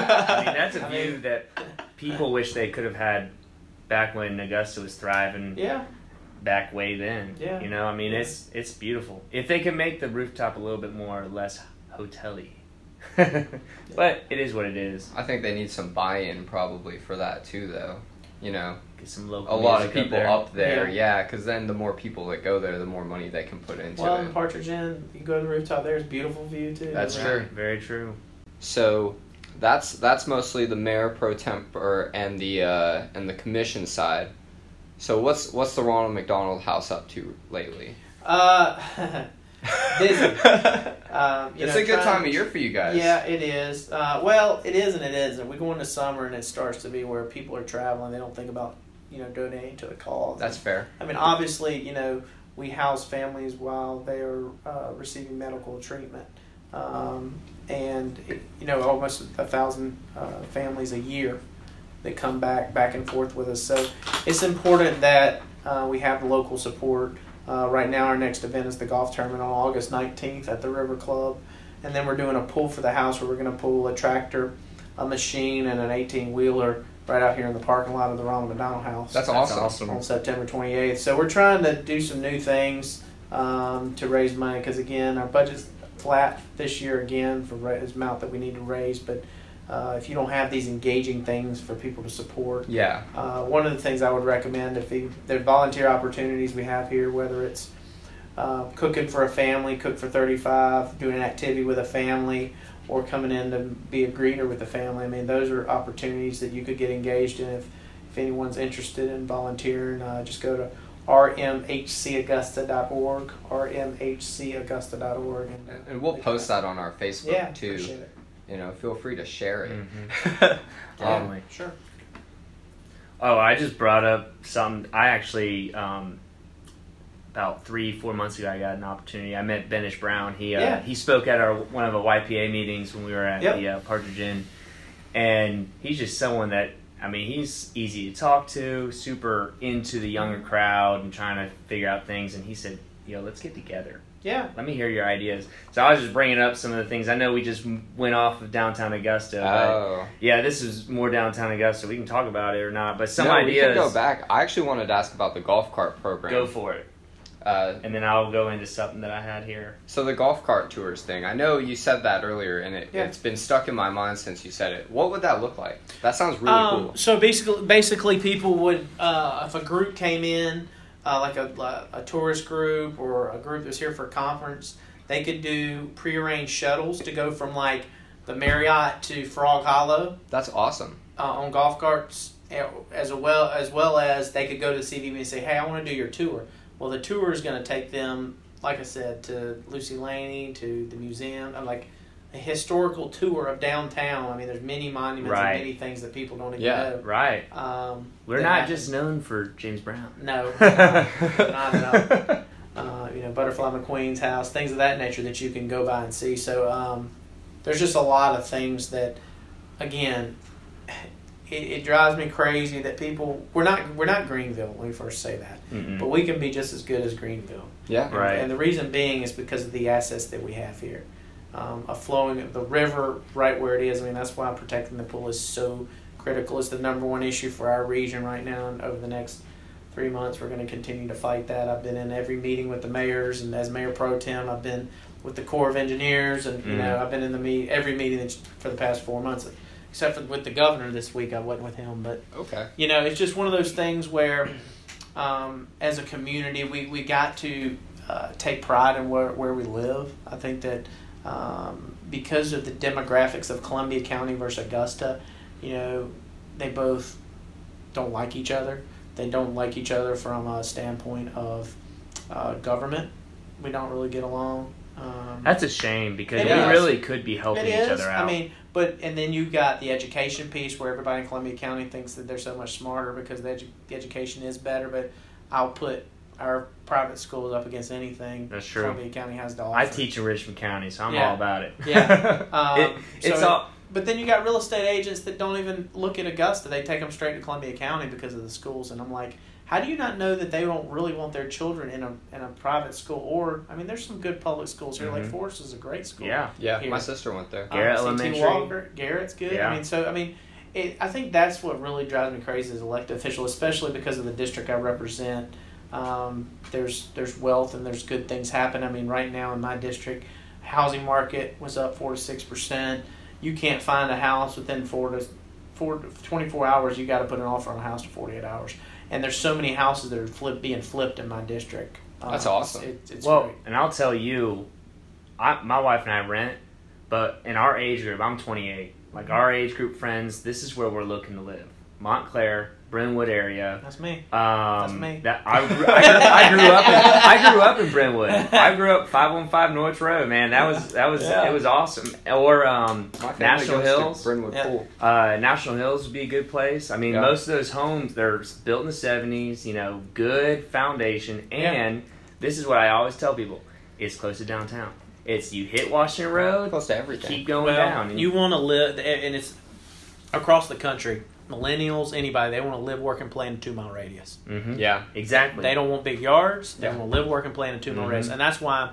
yeah.
mean, that's a
I mean-
view that people wish they could have had back when Augusta was thriving.
Yeah,
Back way then.
Yeah.
You know, I mean, it's it's beautiful. If they can make the rooftop a little bit more less hotel-y. but it is what it is.
I think they need some buy-in probably for that too, though. You know,
Get some local.
a lot of
music
people
there.
up there,
Yeah.
yeah. Because then the more people that go there, the more money they can put into
well, in
it.
Partridge Inn, you go to the rooftop. There's beautiful view too.
That's
Right.
true.
Very true.
So that's that's mostly the mayor pro tempore and the uh, and the commission side. So what's what's the Ronald McDonald House up to lately?
Uh, Busy. um, you
it's
know,
a good
trying-
time of year for you guys.
Yeah, it is. Uh, well, it is and it isn't. We go into summer and it starts to be where people are traveling. They don't think about you know donating to the cause.
that's fair.
I mean, obviously, you know, we house families while they are uh, receiving medical treatment, um, and you know, almost a thousand uh, families a year that come back back and forth with us. So it's important that uh, we have local support. Uh, right now, our next event is the golf tournament on August 19th at the River Club, and then we're doing a pull for the house where we're going to pull a tractor, a machine, and an 18 wheeler right out here in the parking lot of the Ronald McDonald House
That's,
That's
awesome.
awesome.
on September 28th. So we're trying to do some new things um, to raise money because again, our budget's flat this year again for ra- this amount that we need to raise. But uh, if you don't have these engaging things for people to support,
Yeah,
uh, one of the things I would recommend if you, the volunteer opportunities we have here, whether it's uh, cooking for a family, cook for 35, doing an activity with a family, or coming in to be a greeter with a family. I mean, those are opportunities that you could get engaged in. If, if anyone's interested in volunteering, uh, just go to rmhcaugusta.org, rmhcaugusta.org. And,
And- and we'll post that on our Facebook
Yeah, appreciate
too.
it.
You know, feel free to share it.
Mhm.
Um,
Yeah,
Definitely.
sure.
Oh, I just brought up some. I actually, um, about three, four months ago, I got an opportunity. I met Benish Brown. He uh,
Yeah.
he spoke at our one of our YPA meetings when we were at
Yep.
the uh, Partridge Inn, and he's just someone that I mean, he's easy to talk to, super into the younger crowd and trying to figure out things. And he said, "Yo, let's get together."
Yeah.
Let me hear your ideas. So I was just bringing up some of the things. I know we just went off of downtown Augusta. but
Oh,
yeah, this is more downtown Augusta. We can talk about it or not, but some
no, we can
ideas.
go back. I actually wanted to ask about the golf cart program.
Go for it,
uh,
and then I'll go into something that I had here.
So the golf cart tours thing. I know you said that earlier, and it,
Yeah.
it's been stuck in my mind since you said it. What would that look like? That sounds really
um,
cool.
So basically, basically, people would uh, if a group came in, uh, like a, a tourist group or a group that's here for a conference, they could do prearranged shuttles to go from like the Marriott to Frog Hollow
That's awesome.
uh, on golf carts, eh, as well as well as they could go to the CVB and say, "Hey, I want to do your tour." Well, the tour is going to take them, like I said, to Lucy Laney, to the museum, and like a historical tour of downtown. I mean, there's many monuments
Right.
and many things that people don't even
Yeah.
know.
Right,
Um,
we're
that
not
happen-
just known for James Brown.
no,
Not
at uh, you know Butterfly McQueen's house, things of that nature that you can go by and see. So um, there's just a lot of things that, again, it, it drives me crazy that people we're not we're not Greenville. Let me first say that,
Mm-hmm.
but we can be just as good as Greenville.
Yeah.
Right.
And the reason being is because of the assets that we have here. Um, a flowing of the river right where it is. I mean, that's why protecting the pool is so critical. It's the number one issue for our region right now. And over the next three months, we're going to continue to fight that. I've been in every meeting with the mayors and as mayor pro tem, I've been with the Corps of Engineers, and you know, I've been in the meet every meeting that's- for the past four months, except for with the governor this week. I wasn't with him, but
Okay.
you know, it's just one of those things where, um, as a community, we, we got to uh, take pride in where, where we live. I think that um, because of the demographics of Columbia County versus Augusta, you know, they both don't like each other. They don't like each other from a standpoint of uh, government. We don't really get along. Um,
That's a shame because
It
we
is.
really could be helping
it
each
is.
other out.
I mean, but and then you've got the education piece where everybody in Columbia County thinks that they're so much smarter because the, edu- the education is better. But I'll put our private schools up against anything
That's true.
Columbia County has to offer.
I teach in Richmond County, so I'm
Yeah.
all about it.
Yeah. Um,
It- it's
so-
all.
But then you got real estate agents that don't even look at Augusta; they take them straight to Columbia County because of the schools. And I'm like, how do you not know that they don't really want their children in a in a private school? Or I mean, there's some good public schools here. Like
Mhm.
Forest is a great school.
Yeah.
Yeah,
Here.
my sister went there.
Um,
Garrett
CT
Elementary.
Walker, Garrett's good.
Yeah.
I mean, so I mean, it, I think that's what really drives me crazy as an elected official, especially because of the district I represent. Um, there's there's wealth and there's good things happen. I mean, right now in my district, housing market was up four to six percent. You can't find a house within four to four to 24 hours. You got to put an offer on a house to 48 hours. And there's so many houses that are flip, being flipped in my district. Um,
That's awesome.
It's, it's
well,
great.
and I'll tell you, I, my wife and I rent, but in our age group, I'm 28.
Mm-hmm.
Like our age group friends, this is where we're looking to live: Montclair, Brentwood area.
That's me.
Um, That's
me.
That, I, grew, I, grew, I grew up. In, I grew up in Brentwood. I grew up 515 North Road. Man, that was that was
Yeah.
it was awesome. Or um,
My family
National
goes to
Hills.
Brentwood
Yeah.
Pool.
Uh, National Hills would be a good place. I mean,
Yeah.
most of those homes they're built in the seventies. You know, good foundation,
Yeah.
and this is what I always tell people: it's close to downtown. It's you hit Washington Road,
Close to everything.
keep going
well,
down. and
You want to live, and it's across the country. Millennials, anybody, they want to live, work, and play in a two mile radius.
Mhm.
yeah.
exactly.
They don't want big yards. They
Yeah. Mm-hmm.
want to live, work, and play in a two mile
Mhm.
radius, and that's why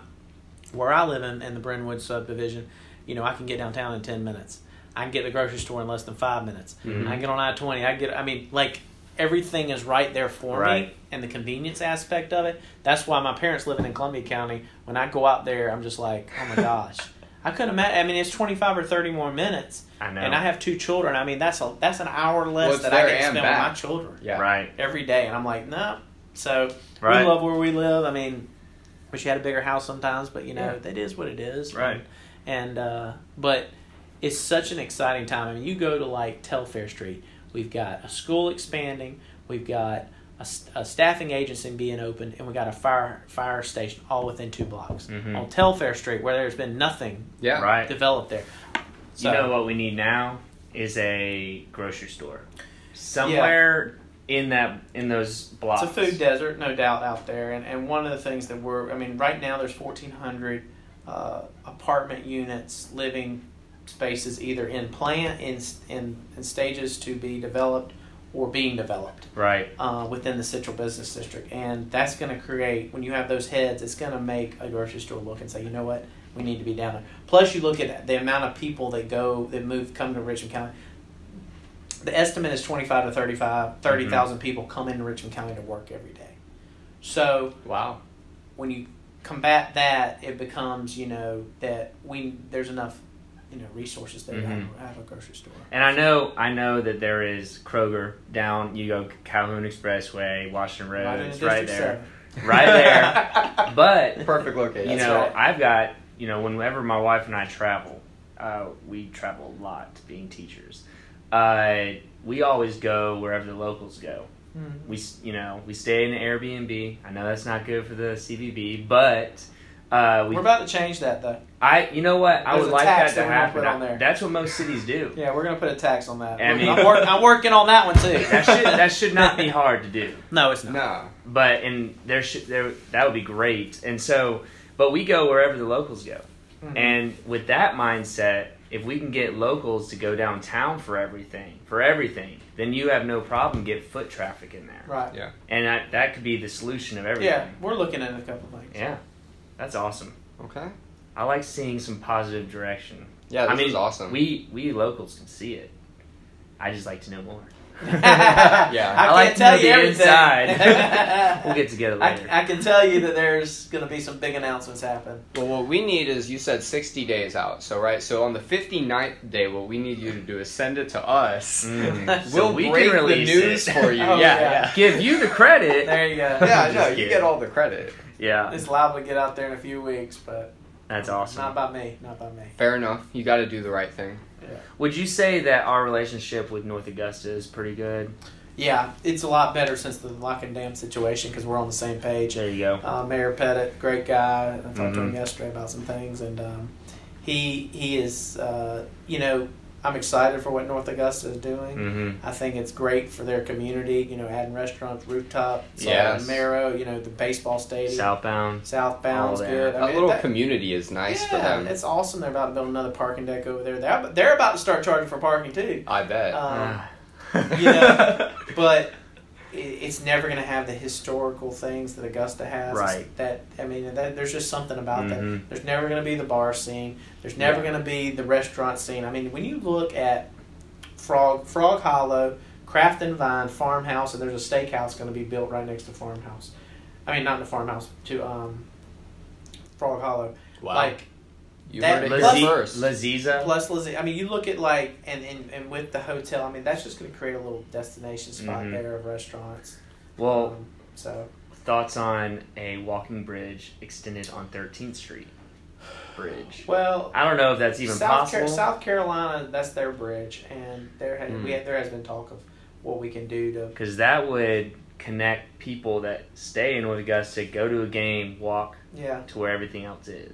where I live in, in the Brentwood subdivision, you know, I can get downtown in ten minutes. I can get to the grocery store in less than five minutes.
Mhm.
Mm-hmm.
I can get on I twenty. I get. I mean, like everything is right there for me,
Right.
and the convenience aspect of it. That's why my parents living in Columbia County. When I go out there, I'm just like, oh my gosh, I couldn't imagine. I mean, it's twenty five or thirty more minutes,
I know.
and I have two children. I mean, that's a that's an hour
Well,
less
it's
that I
there
get to
and
spend
back.
with my children
Yeah.
Right,
every day, and I'm like, no. So
right.
we love where we live. I mean, wish you had a bigger house sometimes, but you know, that is what it is.
Right.
And uh, but it's such an exciting time. I mean, you go to like Telfair Street. We've got a school expanding. We've got a, st- a staffing agency being opened, and we got a fire fire station all within two blocks
Mhm.
on Telfair Street, where there's been nothing
Yeah.
right.
developed there. So,
you know what we need now is a grocery store somewhere in that in those blocks.
It's a food desert, no doubt, out there. And, and one of the things that we're, I mean, right now there's 1,400 uh, apartment units, living spaces either in plan, in, in, in stages to be developed or being developed
Right.
uh, within the Central Business District. And that's going to create, when you have those heads, it's going to make a grocery store look and say, you know what, we need to be down there. Plus, you look at the amount of people that go, that move, come to Richmond County. The estimate is 25 to 35, 30,000
Mm-hmm.
people come into Richmond County to work every day. So
Wow.
when you combat that, it becomes, you know, that we there's enough, you know, resources there to
Mhm.
have, have a grocery store.
And I know, I know that there is Kroger down. You go Calhoun Expressway, Washington Road.
Right in
it's right
District
there,
Seven.
right there. But
Perfect location.
you
That's
know,
right.
I've got you know, whenever my wife and I travel, uh, we travel a lot, being teachers. Uh, we always go wherever the locals go.
Mhm.
We s- you know we stay in an Airbnb. I know that's not good for the CVB, but uh, we
We're about to change that though.
I you know what I
There's
would
a
like
tax
that to
that we're gonna
happen.
put on
I-
there.
that's what most cities do.
Yeah, we're gonna put a tax on that.
I mean-
I'm, work, I'm working on that one too.
That should that should not be hard to do.
no, it's not.
No.
but and there should there that would be great and so but we go wherever the locals go
Mhm.
and with that mindset if we can get locals to go downtown for everything for everything then you have no problem get foot traffic in there
right.
Yeah.
and that, that could be the solution of
Yeah,
everything
we're looking at a couple things.
yeah that's awesome
Okay.
i like seeing some positive direction
Yeah, this
i mean
is awesome.
we we locals can see it i just like to know more
Yeah.
I,
I like
can't
to
tell
know
you
the
everything.
inside. we'll get together later
I, I can tell you that there's gonna be some big announcements happen.
Well, what we need is you said 60 days out. So, right? So, on the 59th day, what we need you to do is send it to us.
Mm. So
We'll
we can
break the
release
news
it.
for you.
Oh,
yeah,
yeah.
yeah.
give you the credit
There you go.
Yeah,
Just
no, you
kidding.
get all the credit.
Yeah,
It's liable to get out there in a few weeks, but
that's
not
awesome.
by me. Not by me.
Fair enough. You got to do the right thing.
Would you say that our relationship with North Augusta is pretty good?
Yeah, it's a lot better since the lock and dam situation because we're on the same page.
There you go.
Uh, Mayor Pettit, great guy. I talked to
Mhm.
Mm-hmm.
him yesterday about some things, and um, he he is uh, you know I'm excited for what North Augusta is doing.
Hmm.
Mm-hmm.
I think it's great for their community. You know, adding restaurants, rooftop,
Yes.
Marrow. You know, the baseball stadium,
Southbound.
Southbound's
All there.
good.
That little
that-
community is nice
yeah,
for them.
it's awesome. They're about to build another parking deck over there. They're they're about to start charging for parking too.
I bet.
Um,
you
you know, but it, it's never going to have the historical things that Augusta has.
Right.
That I mean, that, there's just something about
Mhm.
that. There's never going to be the bar scene. There's never
Yeah.
going to be the restaurant scene. I mean, when you look at Frog Frog Hollow, Craft and Vine, Farmhouse, and there's a steakhouse going to be built right next to Farmhouse. I mean, not the Farmhouse to um, Frog Hollow.
wow.
Like
you
that-
heard it
Plus-
here first.
Laziza.
Plus, Lizzie, I mean, you look at like, and, and, and with the hotel, I mean, that's just going to create a little destination spot
Mhm.
there of restaurants.
Well,
Um, so
thoughts on a walking bridge extended on 13th Street bridge?
well,
I don't know if that's even
South, Car-
possible. Hmm.
South Carolina, that's their bridge, and there ha-
Mm.
we there has been talk of what we can do to.
because that would connect people that stay in North Augusta, go to a game, walk
Yeah,
to where everything else is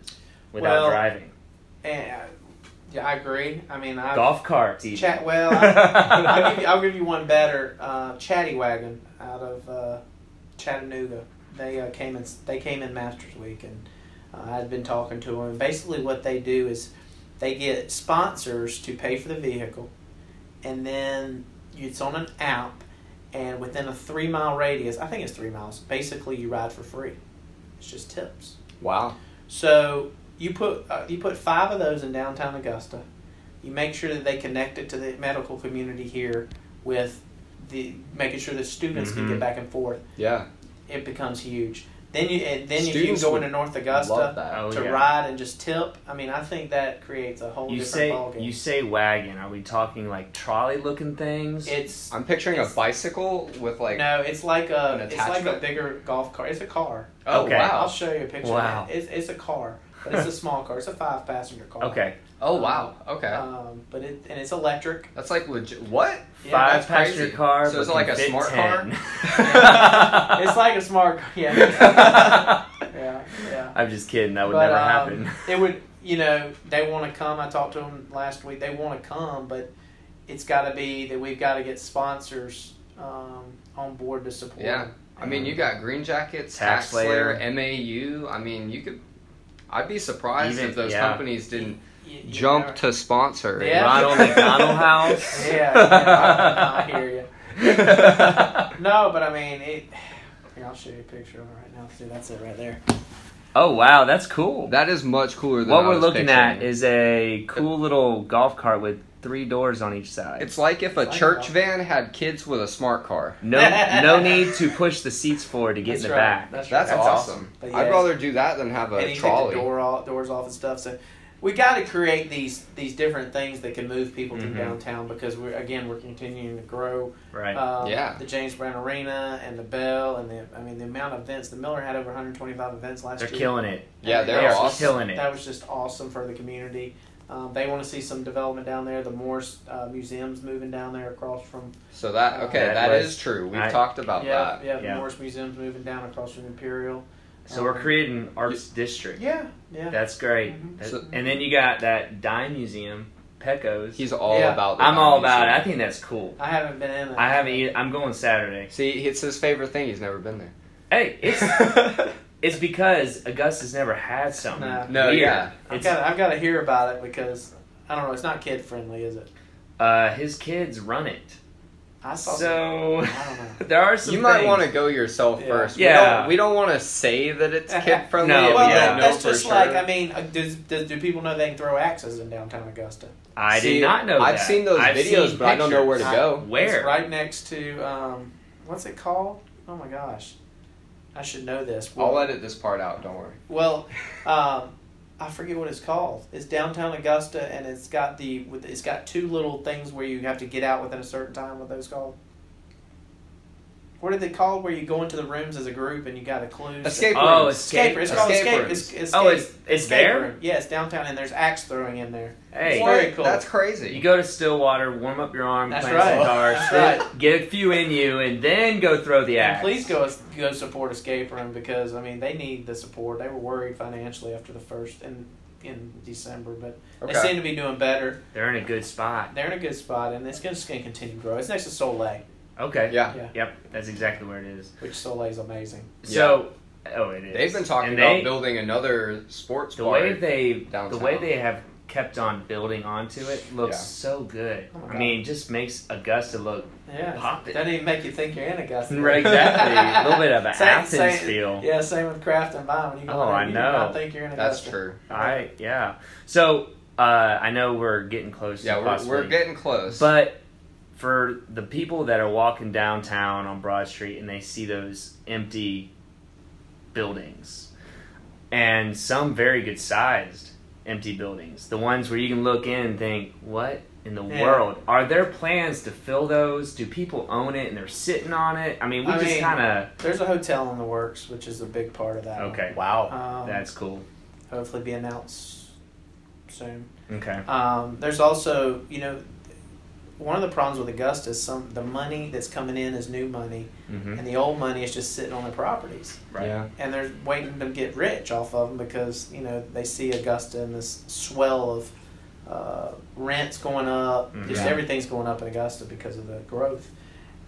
without
Well,
driving.
and uh, yeah, I agree. I mean, I
Golf carts, even.
chat. Well, I, I'll, give you, I'll give you one better. Uh, Chatty Wagon out of uh, Chattanooga. They uh, came in. They came in Masters Week, and uh, I'd been talking to them. Basically, what they do is they get sponsors to pay for the vehicle, and then it's on an app, and within a three mile radius, I think it's three miles. Basically, you ride for free. It's just tips.
wow.
So you put uh, you put five of those in downtown Augusta. You make sure that they connect it to the medical community here with the making sure that students
Mhm.
can
Mm-hmm.
get back and forth.
Yeah.
It becomes huge. Then you and then
Students
if you go
would
into North
Love
Augusta
that.
Oh,
to
yeah.
ride and just tip, I mean, I think that creates a whole
You
different
say
ballgame.
you say wagon. Are we talking like trolley looking things?
it's
I'm picturing a bicycle with like.
no, it's like
an
a it's like a
attachment?
bigger golf cart. It's a car.
Oh
Okay.
I'll
wow.
show you a picture.
Wow.
Of it. It's it's a car, but it's a small car. It's a five passenger car.
okay,
Oh wow. Okay.
Um, but it and it's electric.
That's like legit. What?
Yeah,
that's
five
crazy.
passenger car.
So
but
is it
can
like a
fit
smart
10.
it's like a smart yeah yeah yeah
I'm just kidding. That would
But,
never
um,
happen.
it would you know they want to come i talked to them last week they want to come but it's got to be that we've got to get sponsors um, on board to support
Yeah.
them.
I mean, you got Green Jackets,
Tax
Tax Slayer,
Slayer.
MAU. I mean, you could. I'd be surprised
Even-
if those
yeah.
companies didn't
You- you
jump
never-
to sponsor.
Yeah.
Ronald McDonald House.
yeah, yeah I, I hear you no but i mean it here, i'll show you a picture of it right now see that's it right there
oh wow, that's cool.
That is much cooler than
what
I
we're
was
looking at
picturing.
is a cool little golf cart with three doors on each side.
It's like if a
Like
church
a-
van had kids with a smart car.
no, no need to push the seats forward to get
that's
in the
right.
back.
that's,
That's,
right.
awesome.
But
I'd
yeah.
rather do that than have
and
a
you
trolley.
take the door all, doors off and stuff. So we got to create these these different things that can move people
Mhm.
through
Mm-hmm.
downtown because we're again we're continuing to grow.
Right.
Um,
Yeah.
The James Brown Arena and the Bell and the I mean the amount of events. The Miller had over 125 events last
They're
year.
killing it.
Yeah,
They
they're
are
awesome.
killing it.
That was just awesome for the community. Um, they want to see some development down there. The Morse uh, Museum's moving down there across from
So that okay,
That
that
was-
is true. We've
I-
talked about
yeah
that.
yeah the
Yeah.
Morse Museum's moving down across from Imperial. Um,
So we're creating arts district.
Yeah yeah.
That's great.
Mhm.
That-
So-
and then you got that dime museum, Pecos.
He's all
Yeah.
about. The
I'm all
dimes.
about it. I think that's cool.
I haven't been in it.
I haven't. Either, I'm going Saturday.
See, it's his favorite thing. He's never been there.
Hey, it's it's because Augusta's never had something.
No.
No,
weird.
yeah.
I've
It's-
got I've got to hear about it because I don't know. It's not kid friendly, is it?
uh, his kids run it.
I saw.
So
I don't know.
there are some.
you might
things-
want to go yourself
Yeah.
first.
Yeah.
We don't, we don't want to say that it's kid friendly.
No,
if
well,
we
yeah.
that-
don't know
that's
for
just
sure.
like I mean, uh, does, does do people know they can throw axes in downtown Augusta?
I
See,
did not know.
I've
that.
seen those
I've
videos,
seen
but I don't know where to
pictures.
I-
go.
Where?
It's right next to um, what's it called? Oh my gosh, I should know this. Well,
I'll edit this part out. Don't worry.
well, um, I forget what it's called. It's downtown Augusta, and it's got the with it's got two little things where you have to get out within a certain time. What those called? What are they called? Where you go into the rooms as a group and you got a clue.
Escape room.
Oh,
Escape.
escape.
It's called
Escape
escape.
rooms.
It's, escape.
Oh, it's it's
escape
there.
Room. Yeah, it's downtown, and there's axe throwing in there.
Hey,
It's very cool.
That's crazy.
you go to Stillwater, warm up your arm,
That's
plant
right.
some guitars,
That's
get a few in you, and then go throw the
And
axe.
please go go support Escape Room because I mean they need the support. They were worried financially after the first in in December, but they seem
Okay.
to be doing better.
They're in a good spot.
They're in a good spot, and it's just going to continue to grow. It's next to Soleil,
Okay.
Yeah.
Yeah.
Yep. That's exactly where it is.
which Soleil is amazing.
So, oh, it is.
They've been talking
And
about
they-
building another sports
the
bar.
way they
downtown.
the way they have kept on building onto it looks
Yeah.
so good.
Oh my
I
God.
mean, it just makes Augusta look
Yeah,
pop it.
doesn't even make you think you're in Augusta.
Right, exactly. a little bit of an
Same-
Athens
same-
feel.
Yeah, same with Craft and Vine. When you go
Oh,
there,
I
you do
know.
not think you're in
That's
Augusta.
true.
All right, yeah. So uh, I know we're getting close.
Yeah,
to
we're,
possibly,
we're getting close.
But for the people that are walking downtown on Broad Street and they see those empty buildings, and some very good sized empty buildings, the ones where you can look in and think, what in the
Yeah.
world? Are there plans to fill those? Do people own it and they're sitting on it? I mean, we
I
just
mean-
kind of.
There's a hotel in the works, which is a big part of that.
Okay, wow.
Um,
That's cool.
hopefully be announced soon.
Okay.
Um, there's also, you know, one of the problems with Augusta is some the money that's coming in is new money,
Mm-hmm.
and the old money is just sitting on the properties,
Right.
Yeah.
and they're waiting to get rich off of them because you know they see Augusta and this swell of uh, rents going up, just
Mhm.
everything's going up in Augusta because of the growth,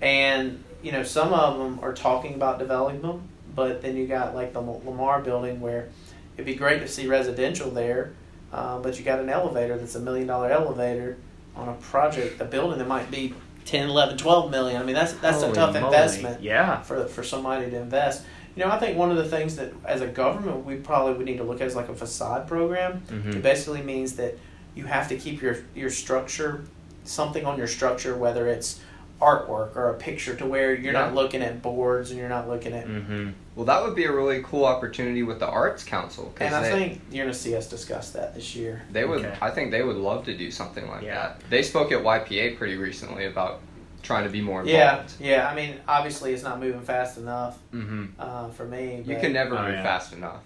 and you know some of them are talking about developing them, but then you got like the Lamar building where it'd be great to see residential there, uh, but you got an elevator that's a million dollar elevator on a project, a building that might be 10, 11, 12 million. I mean, that's that's
Holy
a tough
moly.
investment
Yeah.
for for somebody to invest. You know, I think one of the things that as a government we probably would need to look at is like a facade program. It
Mm-hmm.
basically means that you have to keep your your structure, something on your structure, whether it's artwork or a picture, to where you're not
Yeah.
looking at boards and you're not looking at.
Mm-hmm.
Well, that would be a really cool opportunity with the Arts Council. 'cause
And I
they,
think you're gonna see us discuss that this year.
they would.
Okay.
I think they would love to do something like
Yeah.
that. They spoke at YPA pretty recently about trying to be more
Yeah,
involved.
yeah. I mean, obviously, it's not moving fast enough
Mm-hmm.
uh, for me.
You
but
can never
Oh,
move
yeah.
fast enough.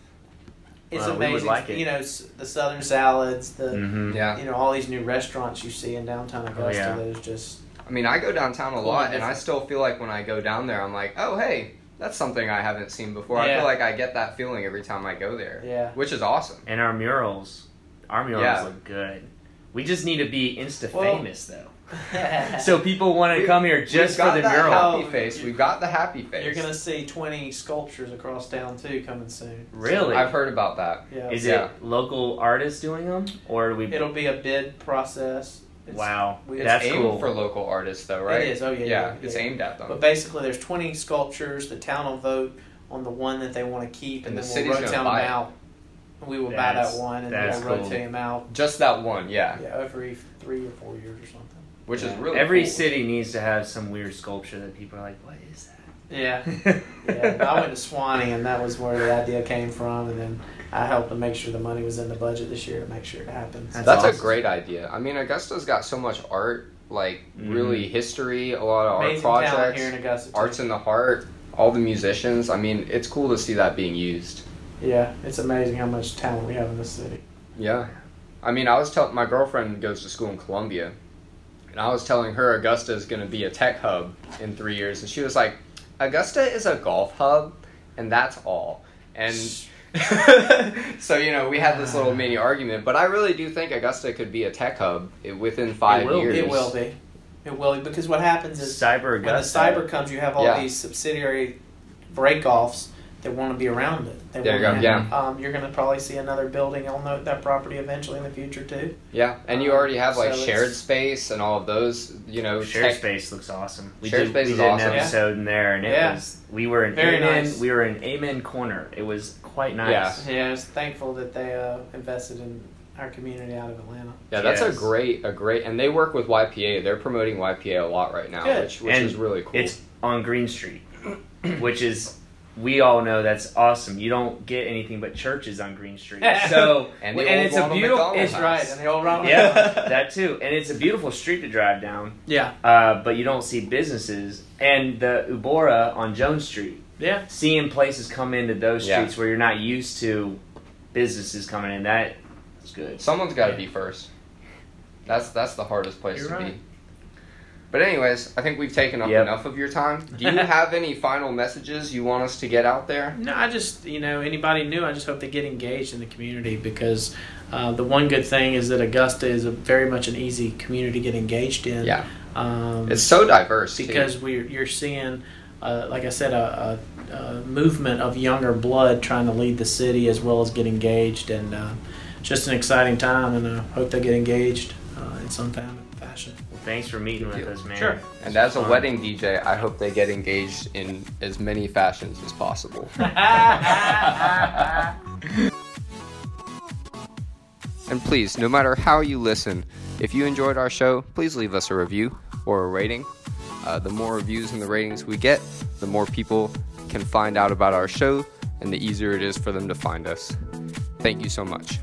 It's
Well, we would
amazing.
like it.
You know, s- the southern salads, the
Mm-hmm.
Yeah.
you know all these new restaurants you see in downtown Augusta.
Oh, yeah.
That is just
I mean, I go downtown a
Cool,
lot, and I
different.
still feel like when I go down there, I'm like, oh hey, that's something I haven't seen before. I
Yeah.
feel like I get that feeling every time I go there,
yeah.
which is awesome.
And our murals, our murals
Yeah.
look good. We just need to be insta
Well-
famous though, so people want to
We-
come here just
We've got
for the
that
mural.
how-
happy face. We've got the happy face.
you're gonna see 20 sculptures across town too coming soon.
really?
I've heard about that.
Yeah,
Is
Yeah.
it local artists doing them, or do we?
it'll be a bid process. It's-
wow,
we-
It's
that's
aimed
cool.
for local artists, though, right?
It is. Oh yeah.
Yeah,
Yeah.
it's
yeah.
aimed at them.
But basically, there's 20 sculptures. The town will vote on the one that they want to keep, and,
And the
then
city's
we'll
gonna
rotate them
buy it.
out. And we will buy
That's-
that one, and
that's
then we'll
cool.
rotate them out.
Just that one, yeah.
Yeah, every three or four years or something.
Which is
Yeah.
really
Every
cool.
city needs to have some weird sculpture that people are like, "What is
Yeah.
that?"
Yeah, I went to Swanee, and that was where the idea came from. And then I helped to make sure the money was in the budget this year to make sure it happens.
That's
That's
awesome.
a great idea. I mean, Augusta's got so much art, like
Mhm.
really history, a lot of
Amazing
art
talent here in
projects,
Augusta. too.
arts in the heart, all the musicians. I mean, it's cool to see that being used.
Yeah, it's amazing how much talent we have in this city.
Yeah. I mean, I was telling my girlfriend goes to school in Columbia, and I was telling her Augusta is going to be a tech hub in three years, and she was like, Augusta is a golf hub, and that's all. And so, you know, we had this little mini argument, but I really do think Augusta could be a tech hub i- within five
will be.
years.
It will be. It will be because what happens is
cyber
when the
Augusta.
cyber comes, you have all
Yeah.
these subsidiary break-offs that want to be around it. They
There you
wanna
go,
have- Um, you're going to probably see another building on tho- that property eventually in the future too.
Yeah, and you already have like
Um, So it's-
shared space and all of those, you know,
Share
Oh, tech-
space looks awesome. We
Share
did,
space
we
is
did
awesome.
an
Yeah.
episode in there, and it
Yeah.
was we were in
Very
amen.
nice.
We were in amen corner. It was quite nice.
Yeah, I was thankful that they uh, invested in our community out of Atlanta.
Yeah, that's
Yes.
a great, a great, and they work with YPA. They're promoting YPA a lot right now,
Good.
which which
And
is really cool.
It's on Green Street, which is we all know that's awesome. You don't get anything but churches on Green Street. So
And
and,
the old
it's a
Ronald
beautiful
McDonald
it's
house.
Right, and the old Ronald.
yeah, that too. And it's a beautiful street to drive down.
yeah,
Uh, but you don't see businesses and the Ubora on Jones Street.
yeah.
Seeing places come into those
Yeah.
streets where you're not used to businesses coming in, that is good.
Someone's got to be first. That's that's the hardest place
You're
to be.
right.
But anyways, I think we've taken up
Yep.
enough of your time. Do you have any final messages you want us to get out there?
No, I just you know anybody new. I just hope they get engaged in the community because uh, the one good thing is that Augusta is a very much an easy community to get engaged in.
Yeah,
um,
it's so diverse. too.
because we you're seeing, uh, like I said, a, a, a movement of younger blood trying to lead the city as well as get engaged, and uh, just an exciting time. And I hope they get engaged uh, in some time fashion.
Well, thanks for meeting with
deal.
us, man.
Sure.
and as a
Fun.
wedding DJ, I hope they get engaged in as many fashions as possible. And please, no matter how you listen, if you enjoyed our show, please leave us a review or a rating. Uh, the more reviews and the ratings we get, the more people can find out about our show and the easier it is for them to find us. Thank you so much.